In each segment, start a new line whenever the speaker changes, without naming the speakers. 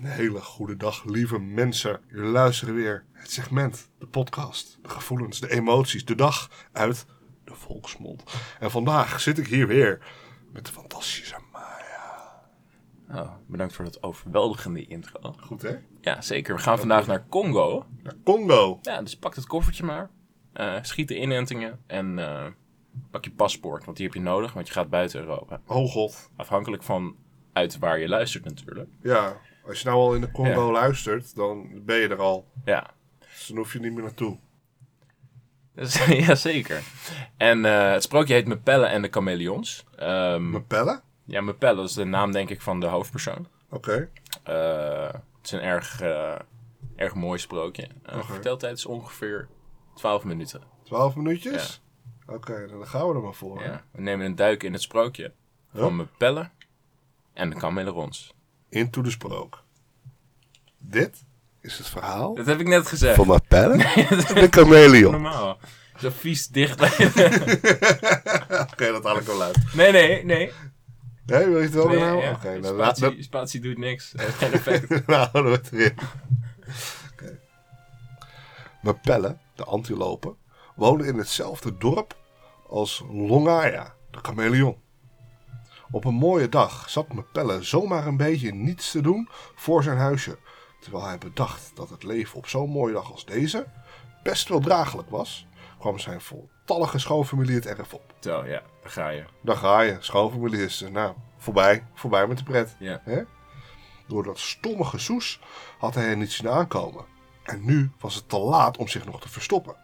Een hele goede dag, lieve mensen. Jullie luisteren weer het segment, de podcast, de gevoelens, de emoties, de dag uit de volksmond. En vandaag zit ik hier weer met de fantastische Maya.
Oh, bedankt voor dat overweldigende intro.
Goed hè?
Ja, zeker. We gaan vandaag naar Congo.
Naar Congo.
Ja, dus pak het koffertje maar. Eh, schiet de inentingen en eh, pak je paspoort, want die heb je nodig, want je gaat buiten Europa.
Oh god.
Afhankelijk van uit waar je luistert natuurlijk.
Ja, als je nou al in de Congo
Ja.
luistert, dan ben je er al.
Ja,
Dus dan hoef je niet meer naartoe.
dus, ja zeker. En eh, het sprookje heet Mepelle en de Chameleons. Ehm,
Mijn pellen?
ja, Mepelle is de naam denk ik van de hoofdpersoon.
Oké.
Eh, het is een erg, eh, erg mooi sprookje. Eh
Oké.
Verteltijd is ongeveer 12 minuten.
Twaalf minuutjes? Oké, nou, dan gaan we er maar voor. hè?
Ja, we nemen een duik in het sprookje
Hup.
van mijn pellen en de kameleons.
Into de sprook. Dit is het verhaal
Dat heb ik net gezegd.
van mijn pellen, de chameleon.
Normaal. Zo vies dicht bij...
Oké, dat haal ik wel uit.
Nee, nee, nee.
Nee, wil je het wel
nee
weer nou?
ja.
Oké, dan laat
spatie,
dat.
spatie doet niks. Het heeft geen effect.
Nou, houden we het erin. Oké. Mijn pellen, de antilopen, wonen in hetzelfde dorp als Longaya, de chameleon. Op een mooie dag zat mijn pellen zomaar een beetje niets te doen voor zijn huisje. Terwijl hij bedacht dat het leven op zo'n mooie dag als deze best wel draaglijk was, kwam zijn voltallige schoonfamilie het erf op.
Zo, ja. Daar ga je.
Dan ga je, schoonfamilie is er. Nou, voorbij, voorbij met de pret.
Ja.
Hè? Door dat stomme gesoes had hij er niet zien aankomen. En nu was het te laat om zich nog te verstoppen.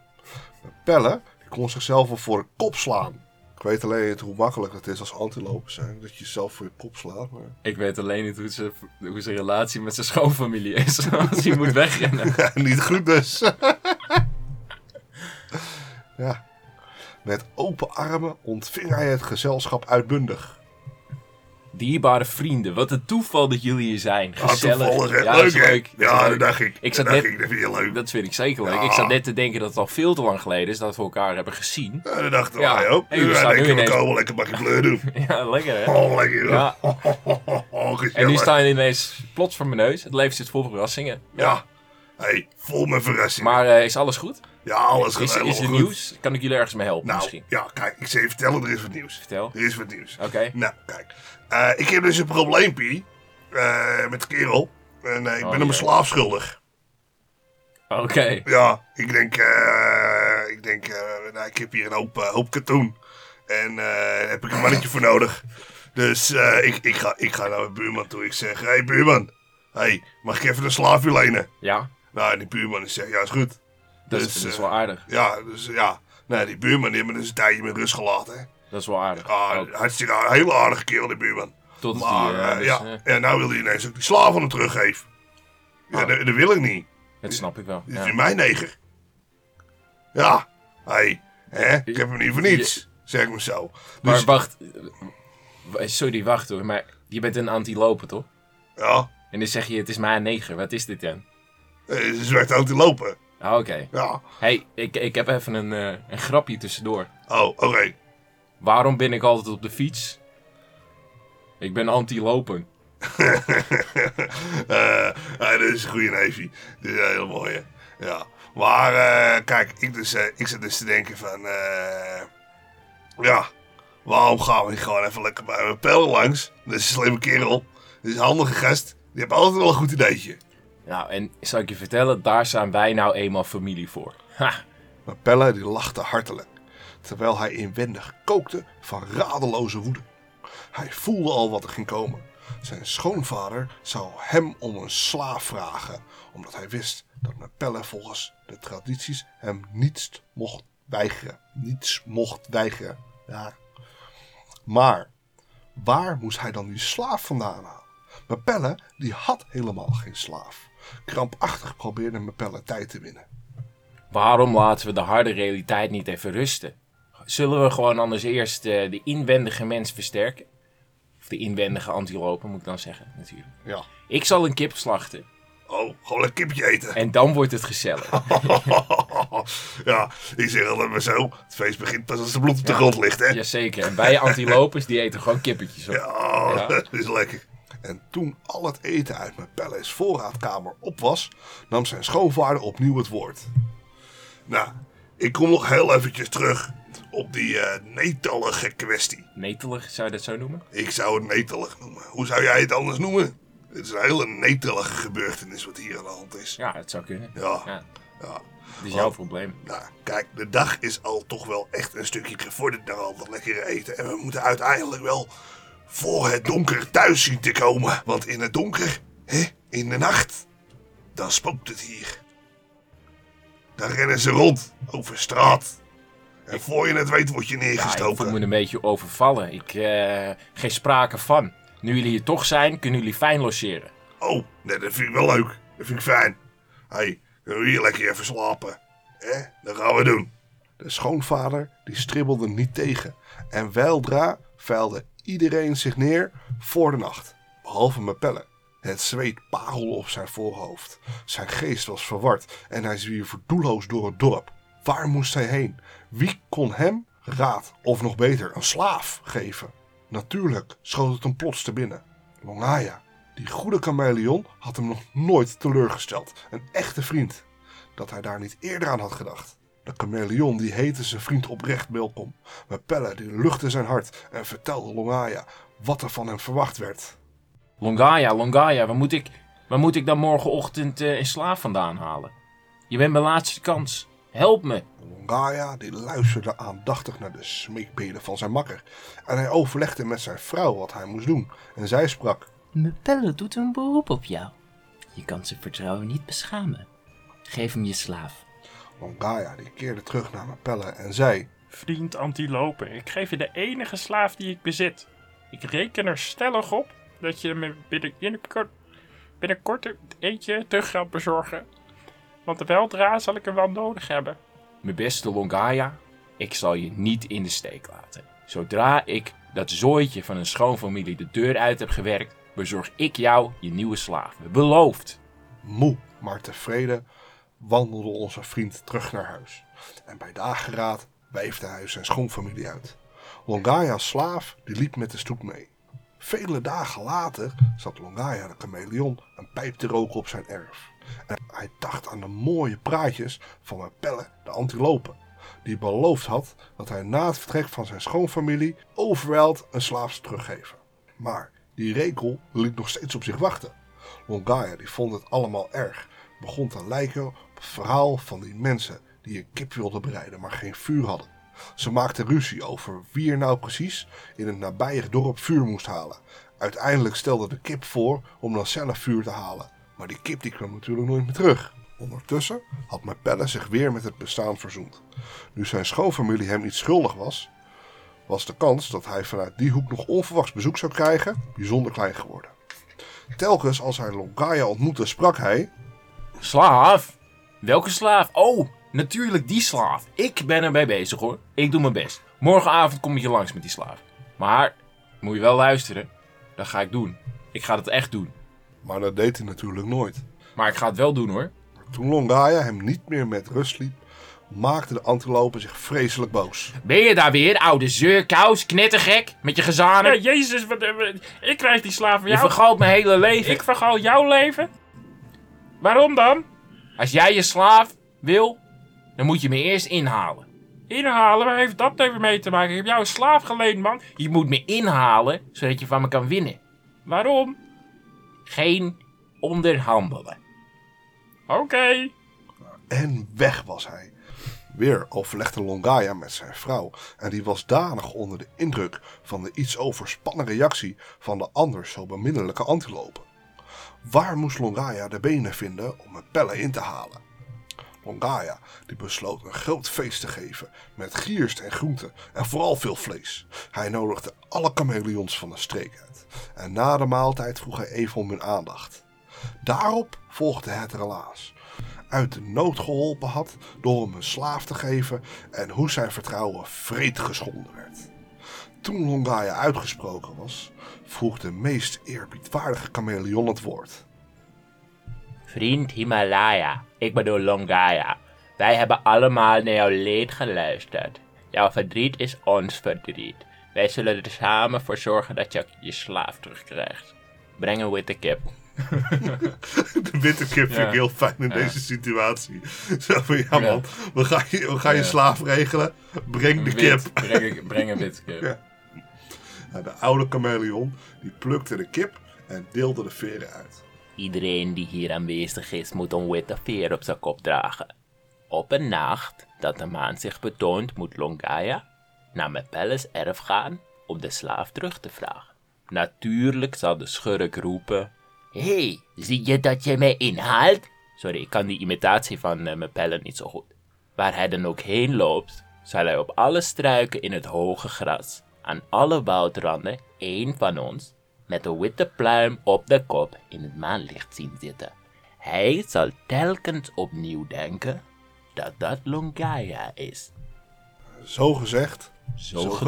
Pelle die kon zichzelf al voor de kop slaan. Ik weet alleen niet hoe makkelijk het is als antilopen zijn. Dat je jezelf voor je kop slaat. Maar...
Ik weet alleen niet hoe zijn, hoe zijn relatie met zijn schoonfamilie is. Als hij moet wegrennen.
niet goed dus. ja. Met open armen ontving hij het gezelschap uitbundig.
Dierbare vrienden, wat een toeval dat jullie hier zijn.
Ah, toevallig, hè?
Gezellig.
leuk,
dat is
hè?
is
Ja,
leuk.
dat dacht ik. dat
Ik zat
dacht
net-
ik. Dat vind je leuk.
Dat vind ik zeker leuk.
Ja.
Ik zat net te denken dat het al veel te lang geleden is dat we elkaar hebben gezien.
Ja, dat dachten "Ah,
Ja.
wij ook.
Hey,
nu
we staan
wij denken,
nu
we
ineens-
komen lekker bakje bleur doen.
Ja, lekker hè?
Oh, lekker. Oh,
Ja. En nu
gezellig.
staan je ineens plots voor mijn neus. Het leven zit vol verrassingen.
Ja. hey, vol met verrassing.
Maar eh, is alles goed?
ja, alles gaat
Is,
helemaal
is er
goed.
nieuws? Kan ik jullie ergens mee helpen
Nou,
misschien?
ja, kijk, ik zal je vertellen, er is wat nieuws.
Vertel.
Er is wat nieuws.
Oké.
Nou, kijk. Eh, ik heb dus een probleempie eh, met de kerel. En eh, ik
Oh,
ben hem een
jee.
slaaf schuldig.
Oké.
Ja, ik denk, eh, ik denk, eh, nou, ik heb hier een hoop, eh, hoop katoen. En eh, daar heb ik een mannetje voor nodig. Dus eh, ik, ik, ga, ik ga naar mijn buurman toe. Ik zeg, hé hey, buurman, hey, mag ik even een slaafje lenen?
Ja,
Nou, en die buurman die zegt, ja, is goed.
dat,
Dus,
is, dat is
eh,
wel aardig.
Ja, dus ja. Nou, die buurman die heeft me dus een tijdje met rust gelaten. hè.
Dat is wel aardig.
Ah,
Oh,
hartstikke een hele aardige kerel, die buurman.
tot het
Maar
die, eh,
eh,
dus,
ja,
eh,
en nou wil hij ineens ook die slaaf aan hem teruggeven. Ja,
Ah.
dat, dat wil ik niet.
dat snap ik wel.
Dit
Ja.
is mijn neger. Ja, hé, hè, ik heb hem niet voor niets, zeg ik maar zo. Dus,
Maar wacht. eh, Sorry, wacht hoor. Maar je bent een antilopen toch?
ja,
En dan zeg je, het is mijn neger. Wat is dit dan?
eh, ze werd ook te lopen.
Ah, Oké.
Ja,
hey, ik, ik heb even een, eh, een grapje tussendoor.
oh, oké.
Waarom ben ik altijd op de fiets? Ik ben anti-lopen.
Eh, eh, dit is een goede neefje. Dit is een hele mooie. Ja. Maar eh, kijk, ik, dus, eh, ik zat dus te denken van... eh, ja, waarom gaan we niet gewoon even lekker bij mijn pijl langs? Dat is een slimme kerel. Dat is een handige gast. Die heeft altijd wel een goed ideetje.
Nou, en zal ik je vertellen, daar zijn wij nou eenmaal familie voor. Ha!
Maar Pelle die lachte hartelijk, terwijl hij inwendig kookte van radeloze woede. Hij voelde al wat er ging komen. Zijn schoonvader zou hem om een slaaf vragen, omdat hij wist dat met Pelle volgens de tradities hem niets mocht weigeren. Niets mocht weigeren. Ja. Maar waar moest hij dan die slaaf vandaan halen? Mepelle die had helemaal geen slaaf. Krampachtig probeerde Mepelle tijd te winnen.
Waarom laten we de harde realiteit niet even rusten? Zullen we gewoon anders eerst eh, de inwendige mens versterken? Of de inwendige antilopen moet ik dan zeggen, natuurlijk.
Ja.
Ik zal een kip slachten
Oh, gewoon een kipje eten.
en dan wordt het gezellig.
ja, ik zeg altijd maar zo. Het feest begint pas als de bloed op de grond ligt, hè?
Jazeker, en wij antilopers die eten gewoon kippetjes op.
Ja,
Ja.
dat Oh, is lekker. En toen al het eten uit mijn palace voorraadkamer op was, nam zijn schoonvader opnieuw het woord. Nou, ik kom nog heel eventjes terug op die eh netelige kwestie.
Netelig, zou je dat zo noemen?
Ik zou het netelig noemen. Hoe zou jij het anders noemen? Het is een hele netelige gebeurtenis wat hier aan de hand is.
Ja, het zou kunnen.
Ja.
Ja,
Ja.
dat is jouw probleem.
Nou, kijk, de dag is al toch wel echt een stukje gevorderd naar al dat lekkere eten. En we moeten uiteindelijk wel voor het donker thuis zien te komen. Want in het donker, hè, in de nacht, dan spookt het hier. Dan rennen ze rond, over straat. En voor je het weet word je
Ja, ik voel
neergestoken.
me een beetje overvallen. Ik, eh, geen sprake van. Nu jullie hier toch zijn, kunnen jullie fijn logeren.
Oh, nee, dat vind ik wel leuk. Dat vind ik fijn. Hé, hey, kunnen we hier lekker even slapen? Hè? Dat gaan we doen. De schoonvader die stribbelde niet tegen. En weldra vuilde iedereen zich neer voor de nacht. Behalve Mepelle. Het zweet parelde op zijn voorhoofd. Zijn geest was verward en hij zwierf doelloos door het dorp. Waar moest hij heen? Wie kon hem raad of nog beter een slaaf geven? Natuurlijk schoot het hem plots te binnen. Longaya, die goede chameleon, had hem nog nooit teleurgesteld. Een echte vriend. Dat hij daar niet eerder aan had gedacht. De chameleon die heette zijn vriend oprecht welkom. Mepelle die luchtte zijn hart en vertelde Longaya wat er van hem verwacht werd.
Longaya, Longaya, waar moet ik, waar moet ik dan morgenochtend eh, een slaaf vandaan halen? Je bent mijn laatste kans. Help me.
Longaya die luisterde aandachtig naar de smeekbeden van zijn makker. En hij overlegde met zijn vrouw wat hij moest doen. En zij sprak.
Mepelle doet een beroep op jou. Je kan zijn vertrouwen niet beschamen. Geef hem je slaaf.
Longaya die keerde terug naar Mepelle en zei.
Vriend Antilope, ik geef je de enige slaaf die ik bezit. Ik reken er stellig op dat je me binnen, binnenkort, binnenkort een eentje terug gaat bezorgen. Want weldra zal ik hem wel nodig hebben.
Mijn beste Longaya, ik zal je niet in de steek laten. Zodra ik dat zooitje van een schoonfamilie de deur uit heb gewerkt, bezorg ik jou je nieuwe slaaf. Beloofd.
Moe, maar tevreden, wandelde onze vriend terug naar huis. En bij dageraad wijfde hij zijn schoonfamilie uit. Longaya's slaaf die liep met de stoet mee. Vele dagen later zat Longaya de chameleon een pijp te roken op zijn erf. En hij dacht aan de mooie praatjes van mijn pelle, de antilopen, die beloofd had dat hij na het vertrek van zijn schoonfamilie overweld een slaaf zou teruggeven. Maar die rekel liet nog steeds op zich wachten. Longaya die vond het allemaal erg. Begon te lijken op het verhaal van die mensen die een kip wilden bereiden, maar geen vuur hadden. Ze maakten ruzie over wie er nou precies in het nabije dorp vuur moest halen. Uiteindelijk stelde de kip voor om dan zelf vuur te halen. Maar die kip die kwam natuurlijk nooit meer terug. Ondertussen had Mepelle zich weer met het bestaan verzoend. Nu zijn schoonfamilie hem iets schuldig was, was de kans dat hij vanuit die hoek nog onverwachts bezoek zou krijgen bijzonder klein geworden. Telkens als hij Longaya ontmoette, sprak hij.
Slaaf? Welke slaaf? Oh, natuurlijk die slaaf. Ik ben erbij bezig hoor. Ik doe mijn best. Morgenavond kom ik je langs met die slaaf. Maar, moet je wel luisteren. Dat ga ik doen. Ik ga dat echt doen.
Maar dat deed hij natuurlijk nooit.
Maar ik ga het wel doen hoor.
Toen Longaya hem niet meer met rust liet, maakte de antilopen zich vreselijk boos.
Ben je daar weer, oude zeurkous, knettergek? Met je
Ja,
gezanen?
jezus, wat, eh, wat- ik krijg die slaaf van
je
jou.
vergaalt mijn hele leven.
Ik vergaal jouw leven. Waarom dan?
Als jij je slaaf wil, dan moet je me eerst inhalen.
Inhalen, waar heeft dat even mee te maken? Ik heb jou een slaaf geleend, man.
Je moet me inhalen, zodat je van me kan winnen.
Waarom?
Geen onderhandelen.
Oké.
En weg was hij. Weer overlegde Longaya met zijn vrouw en die was danig onder de indruk van de iets overspannen reactie van de anders zo beminnelijke antilopen. Waar moest Longaya de benen vinden om een pelle in te halen? Longaya die besloot een groot feest te geven met gierst en groenten en vooral veel vlees. Hij nodigde alle chameleons van de streek uit en na de maaltijd vroeg hij even om hun aandacht. Daarop volgde het relaas. Uit de nood geholpen had door hem een slaaf te geven en hoe zijn vertrouwen vreed geschonden werd. Toen Longaya uitgesproken was, vroeg de meest eerbiedwaardige chameleon het woord.
Vriend Himalaya, ik bedoel Longaya. Wij hebben allemaal naar jouw leed geluisterd. Jouw verdriet is ons verdriet. Wij zullen er samen voor zorgen dat je je slaaf terugkrijgt. Brengen with the cap.
De witte kip vind
Ja.
ik heel fijn in
Ja.
deze situatie. Zo van, ja man,
Ja.
we gaan je, we gaan je
Ja.
slaaf regelen. Breng de kip.
Wit. Breng, ik- breng een witte kip.
Ja. Nou, de oude chameleon, die plukte de kip en deelde de veren uit.
Iedereen die hier aanwezig is, moet een witte veer op zijn kop dragen. Op een nacht dat de maan zich betoont, moet Longaya naar Mepeles erf gaan om de slaaf terug te vragen. Natuurlijk zal de schurk roepen: Hé, hey, zie je dat je mij inhaalt? Sorry, ik kan die imitatie van eh, Mepelle niet zo goed. Waar hij dan ook heen loopt, zal hij op alle struiken in het hoge gras, aan alle woudranden, één van ons, met een witte pluim op de kop in het maanlicht zien zitten. Hij zal telkens opnieuw denken dat dat Longaya is.
Zo gezegd,
Zo,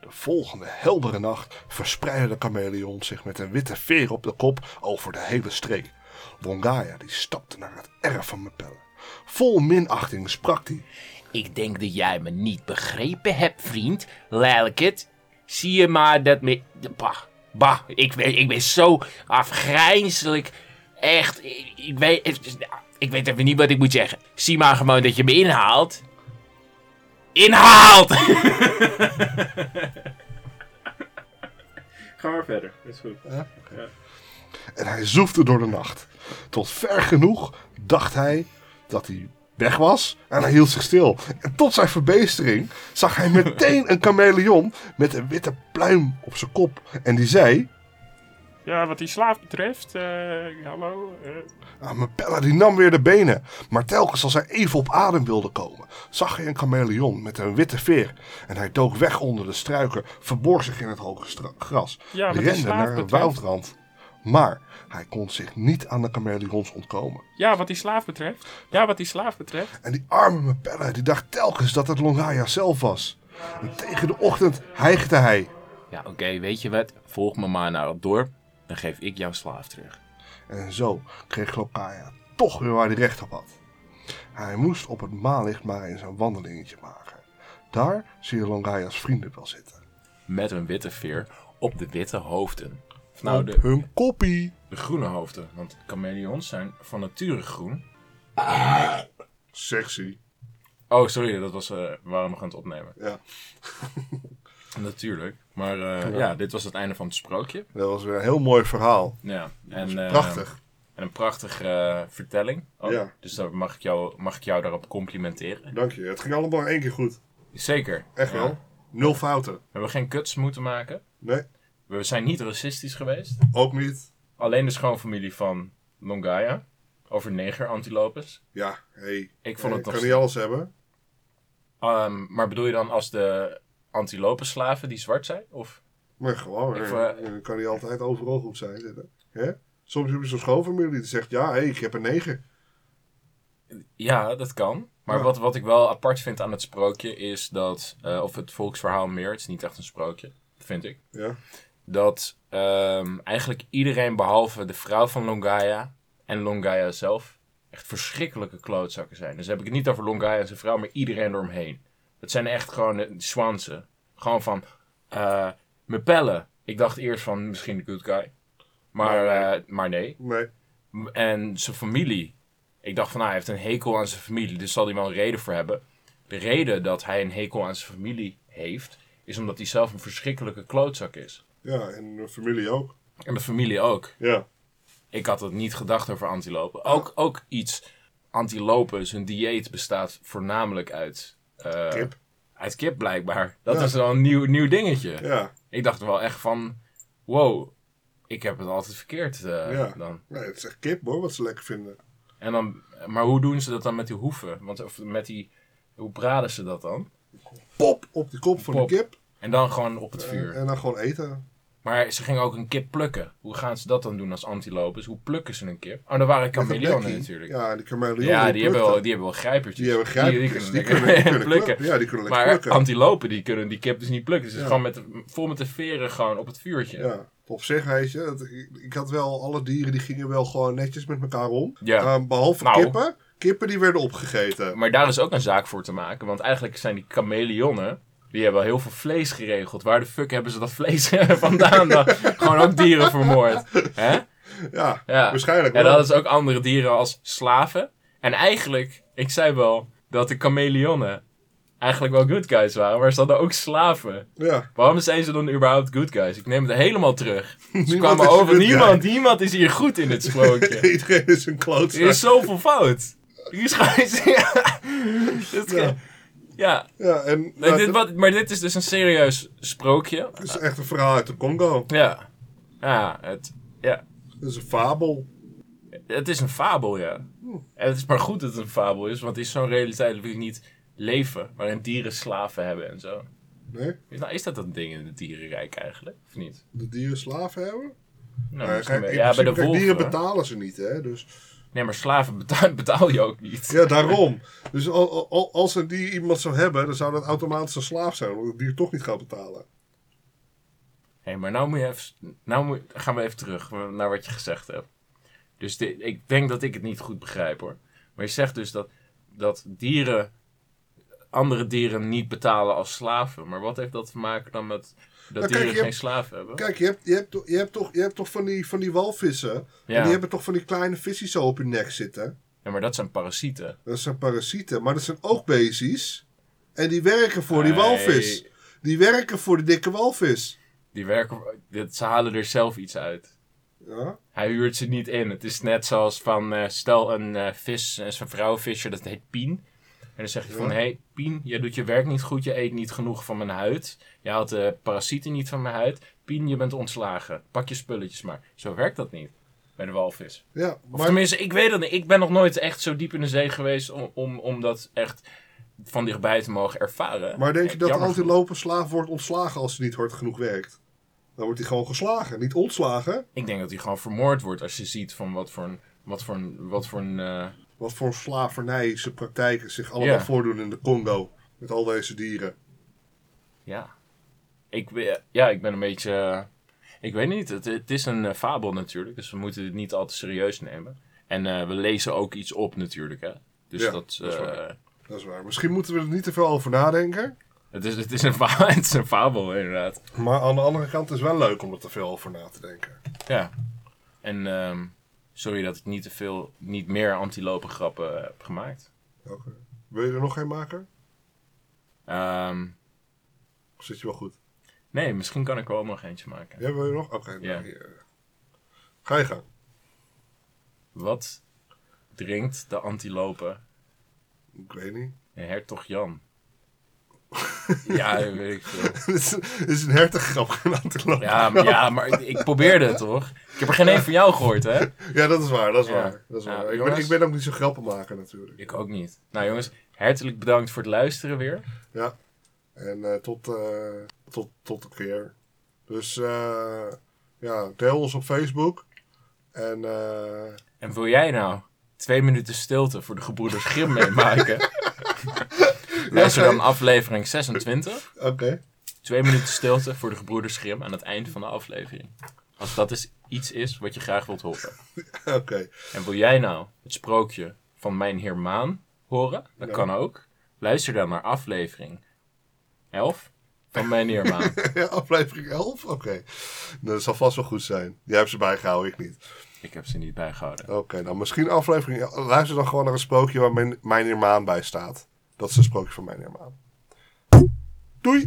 De volgende heldere nacht verspreidde de chameleon zich met een witte veer op de kop over de hele streek. Longaya die stapte naar het erf van Mepelle. Vol minachting sprak hij.
Ik denk dat jij me niet begrepen hebt, vriend. Lelkit. Zie je maar dat me... Bah, bah. Ik ben, ik ben zo afgrijzelijk. Echt, ik, ik weet... Ik weet even niet wat ik moet zeggen. Zie maar gewoon dat je me inhaalt. Inhaalt!
Ga maar verder, dat is goed.
En hij zoefde door de nacht. Tot ver genoeg dacht hij dat hij weg was en hij hield zich stil. En tot zijn verbeestering zag hij meteen een chameleon met een witte pluim op zijn kop. En die zei
Ja, wat die slaaf betreft, eh, hallo. eh,
Ah, Mepella die nam weer de benen. Maar telkens als hij even op adem wilde komen, zag hij een chameleon met een witte veer. En hij dook weg onder de struiken, verborg zich in het hoge stra- gras,
Ja, maar die
rende
slaaf
naar een
betreft-
woudrand. Maar hij kon zich niet aan de chameleons ontkomen.
ja, wat die slaaf betreft. Ja, wat die slaaf betreft.
En die arme Mepella die dacht telkens dat het Longaya zelf was. En tegen de ochtend hijgde hij.
Ja, oké, weet je wat? Volg me maar naar
nou
het dorp. Dan geef ik jouw slaaf terug.
En zo kreeg Longaya toch weer waar hij recht op had. Hij moest op het maanlicht maar eens een wandelingetje maken. Daar zie je Longaya's vrienden wel zitten.
Met een witte veer op de witte hoofden. Of
Nou,
nou, de,
hun koppie.
de groene hoofden. Want chameleons zijn van nature groen.
Sexy.
Oh, sorry, dat was, eh, we waren nog aan het opnemen.
Ja,
Natuurlijk. Maar eh, ja. dit was het einde van het sprookje.
dat was weer een heel mooi verhaal.
Ja, en, eh,
Prachtig.
en een prachtige eh, vertelling. ook.
Ja.
Dus daar mag ik, jou, mag ik jou daarop complimenteren.
Dank je. Het ging allemaal in één keer goed.
Zeker.
Echt
Ja.
wel. Nul fouten.
We hebben geen kuts moeten maken.
Nee,
We zijn niet racistisch geweest.
ook niet.
Alleen de schoonfamilie van Longaya. Over negerantilopes.
Ja, hey. Eh,
Ik vond het
kan
nog-
niet alles hebben.
Ehm, maar bedoel je dan als de antilopenslaven die zwart zijn? Of...
Maar gewoon,
Ik
eh,
vond-
eh, kan niet altijd overal goed zijn. hè? Hè? Soms heb je zo'n schoonfamilie die zegt, ja, hey, ik heb een negen.
Ja, dat kan. Maar
Ja.
wat, wat ik wel apart vind aan het sprookje is dat... eh, of het volksverhaal meer, het is niet echt een sprookje, vind ik.
Ja.
Dat ehm, eigenlijk iedereen behalve de vrouw van Longaya en Longaya zelf... echt verschrikkelijke klootzakken zijn. Dus heb ik het niet over Longaya en zijn vrouw, maar iedereen eromheen. Dat zijn echt gewoon de, de zwansen. Gewoon van... eh mijn pellen. Ik dacht eerst van misschien de good guy. Maar, eh, maar nee.
Nee.
M- en zijn familie. Ik dacht van, nou, hij heeft een hekel aan zijn familie, dus zal hij wel een reden voor hebben. De reden dat hij een hekel aan zijn familie heeft, is omdat hij zelf een verschrikkelijke klootzak is.
Ja, en de familie ook.
En de familie ook.
Ja.
Ik had het niet gedacht over antilopen. Ook, ook iets. Antilopen, zijn dieet bestaat voornamelijk uit... eh,
Kip.
Uit kip, blijkbaar. Dat
Ja.
is wel een nieuw, nieuw dingetje.
Ja.
Ik dacht wel echt van, wow, ik heb het altijd verkeerd eh,
ja.
dan.
Nee, het is echt kip hoor, wat ze lekker vinden.
En dan, maar hoe doen ze dat dan met die hoeven? Want of met die, hoe braden ze dat dan?
Pop op de kop van
Pop.
de kip.
En dan gewoon op
Eh,
het vuur.
En dan gewoon eten.
Maar ze gingen ook een kip plukken. Hoe gaan ze dat dan doen als antilopes? Hoe plukken ze een kip? Oh, daar waren
Met een
chameleonen
bekkie.
natuurlijk. Ja,
Ja, die chameleon.
die, hebben wel, die hebben wel grijpertjes.
Die hebben grijpjes. Die kunnen, die kunnen plukken. Ja, die kunnen lekker
maar
plukken.
antilopen die kunnen die kip dus niet plukken. Dus het
Ja.
is gewoon met, vol met de veren gewoon op het vuurtje. Ja.
Ja, op zich weet je. dat- ik, ik had wel, alle dieren die gingen wel gewoon netjes met elkaar om.
Ja.
Ehm, behalve
Nou.
kippen. Kippen die werden opgegeten.
dus Maar daar is ook een zaak voor te maken. Want eigenlijk zijn die chameleonnen Die hebben heel veel vlees geregeld. Waar de fuck hebben ze dat vlees vandaan? dan? Gewoon ook dieren vermoord. Hè?
Ja,
Ja.
waarschijnlijk
En
wel.
dat is ook andere dieren als slaven. En eigenlijk, ik zei wel dat de chameleonnen eigenlijk wel good guys waren, maar ze hadden ook slaven.
Ja.
Waarom zijn ze dan überhaupt good guys? Ik neem het helemaal terug. Ze
Niemand
kwamen
is een
over.
good guy.
Niemand, niemand is hier goed in dit sprookje.
Iedereen is een
er
klootzak.
is zoveel fout. Hier is gewoon... ja.
Ja.
ja.
Ja, en
Nee,
ja,
dit,
dat
wat, maar dit is dus een serieus sprookje.
is echt een verhaal uit de Congo.
Ja. Ja, het, ja.
Dat is een fabel.
Het is een fabel, ja. En het is maar goed dat het een fabel is, want in zo'n realiteit wil ik niet leven, waarin dieren slaven hebben en zo.
Nee?
Is, nou, is dat een ding in het dierenrijk eigenlijk, of niet?
De dieren slaven hebben?
Nou,
Ja,
misschien
Eh, kijk,
wel.
in
ja, bij de
principe- kijk,
wolven.
dieren
hoor.
betalen ze niet, hè? Dus,
Nee, maar slaven betaal, betaal je ook niet.
ja, daarom. Dus al, al, als een dier iemand zou hebben, dan zou dat automatisch een slaaf zijn, omdat het dier toch niet gaat betalen.
Hé, maar nou, moet je even, nou moet, gaan we even terug naar wat je gezegd hebt. Dus di- ik denk dat ik het niet goed begrijp hoor. Maar je zegt dus dat, dat dieren andere dieren niet betalen als slaven. Maar wat heeft dat te maken dan met dat
Nou, kijk,
dieren
je
geen
hebt-
slaven hebben?
Kijk, je hebt, je hebt, to- je hebt, toch, je hebt toch van die, van die walvissen. En
ja.
die hebben toch van die kleine visjes zo op hun nek zitten.
ja, maar dat zijn parasieten.
Dat zijn parasieten, maar dat zijn ook beestjes. En die werken voor die
Nee.
walvis. Die werken voor de dikke walvis.
Die werken, dit, ze halen er zelf iets uit.
Ja?
Hij huurt ze niet in. Het is net zoals van, eh, stel een eh, vis, eh, zo'n vrouwenvisser, dat heet Pien. En dan zeg je van,
Ja.
hé hey, Pien, jij doet je werk niet goed, je eet niet genoeg van mijn huid. Je haalt de parasieten niet van mijn huid. Pien, je bent ontslagen. Pak je spulletjes maar. Zo werkt dat niet bij de walvis.
Ja,
Of
maar
tenminste, ik weet het niet. Ik ben nog nooit echt zo diep in de zee geweest om, om, om dat echt van dichtbij te mogen ervaren.
Maar denk je dat de
Jammer genoeg.
antilopenslaaf slaaf wordt ontslagen als ze niet hard genoeg werkt? Dan wordt hij gewoon geslagen, niet ontslagen.
Ik denk dat hij gewoon vermoord wordt als je ziet van wat voor een... Wat voor een, wat voor een eh,
Wat voor slavernijse praktijken zich allemaal
Ja.
voordoen in de Congo. Met al deze dieren.
Ja. Ik, we- ja, ik ben een beetje... eh, Ik weet niet, het, het is een eh, fabel natuurlijk, dus we moeten het niet al te serieus nemen. En eh, we lezen ook iets op natuurlijk, hè. Dus
Ja,
dat...
dat is
eh,
waar. Dat is waar. Misschien moeten we er niet te veel over nadenken.
het, is, het, is een fabel, het is een fabel, inderdaad.
Maar aan de andere kant is het wel leuk om er te veel over na te denken.
Ja. En ehm, sorry dat ik niet te veel, niet meer antilopengrappen heb gemaakt.
Oké. Wil je er nog geen maken?
Ehm,
Of zit je wel goed?
nee, misschien kan ik er wel nog eentje maken.
Ja, wil je nog? Oké, nou,
Ja.
hier. Ga je gang.
Wat drinkt de antilope
Ik weet niet.
hertog Jan? ja, weet ik veel.
Dit is een- dit is een hertengrap, geen antilopen.
Ja, maar- ja, maar ik probeerde het toch? Ik heb er geen één van jou gehoord, hè?
Ja, dat is waar, dat is
Ja.
waar. Dat is
Ja,
waar. ik, ben,
jongens.
ik ben ook niet zo'n grappenmaker natuurlijk.
Ik ook niet. Nou jongens, hartelijk bedankt voor het luisteren weer.
Ja. En eh, tot, eh, tot, tot een keer. Dus eh, ja, deel ons op Facebook. En eh,
En wil jij nou twee minuten stilte voor de gebroeders Grimm meemaken? Luister dan aflevering 26.
oké.
Twee minuten stilte voor de gebroeders Grimm aan het eind van de aflevering. Als dat is iets is wat je graag wilt horen.
Oké.
En wil jij nou het sprookje van mijn heer Maan horen? Dat
Ja.
kan ook. Luister dan naar aflevering 11 van mijn heer Maan.
Ja, aflevering 11? Oké. Nou, Dat zal vast wel goed zijn. Jij hebt ze bijgehouden, ik niet.
Ik heb ze niet bijgehouden.
Oké, nou misschien aflevering... Luister dan gewoon naar een sprookje waar mijn, mijn Maan bij staat. Dat is een sprookje van mijn Maan.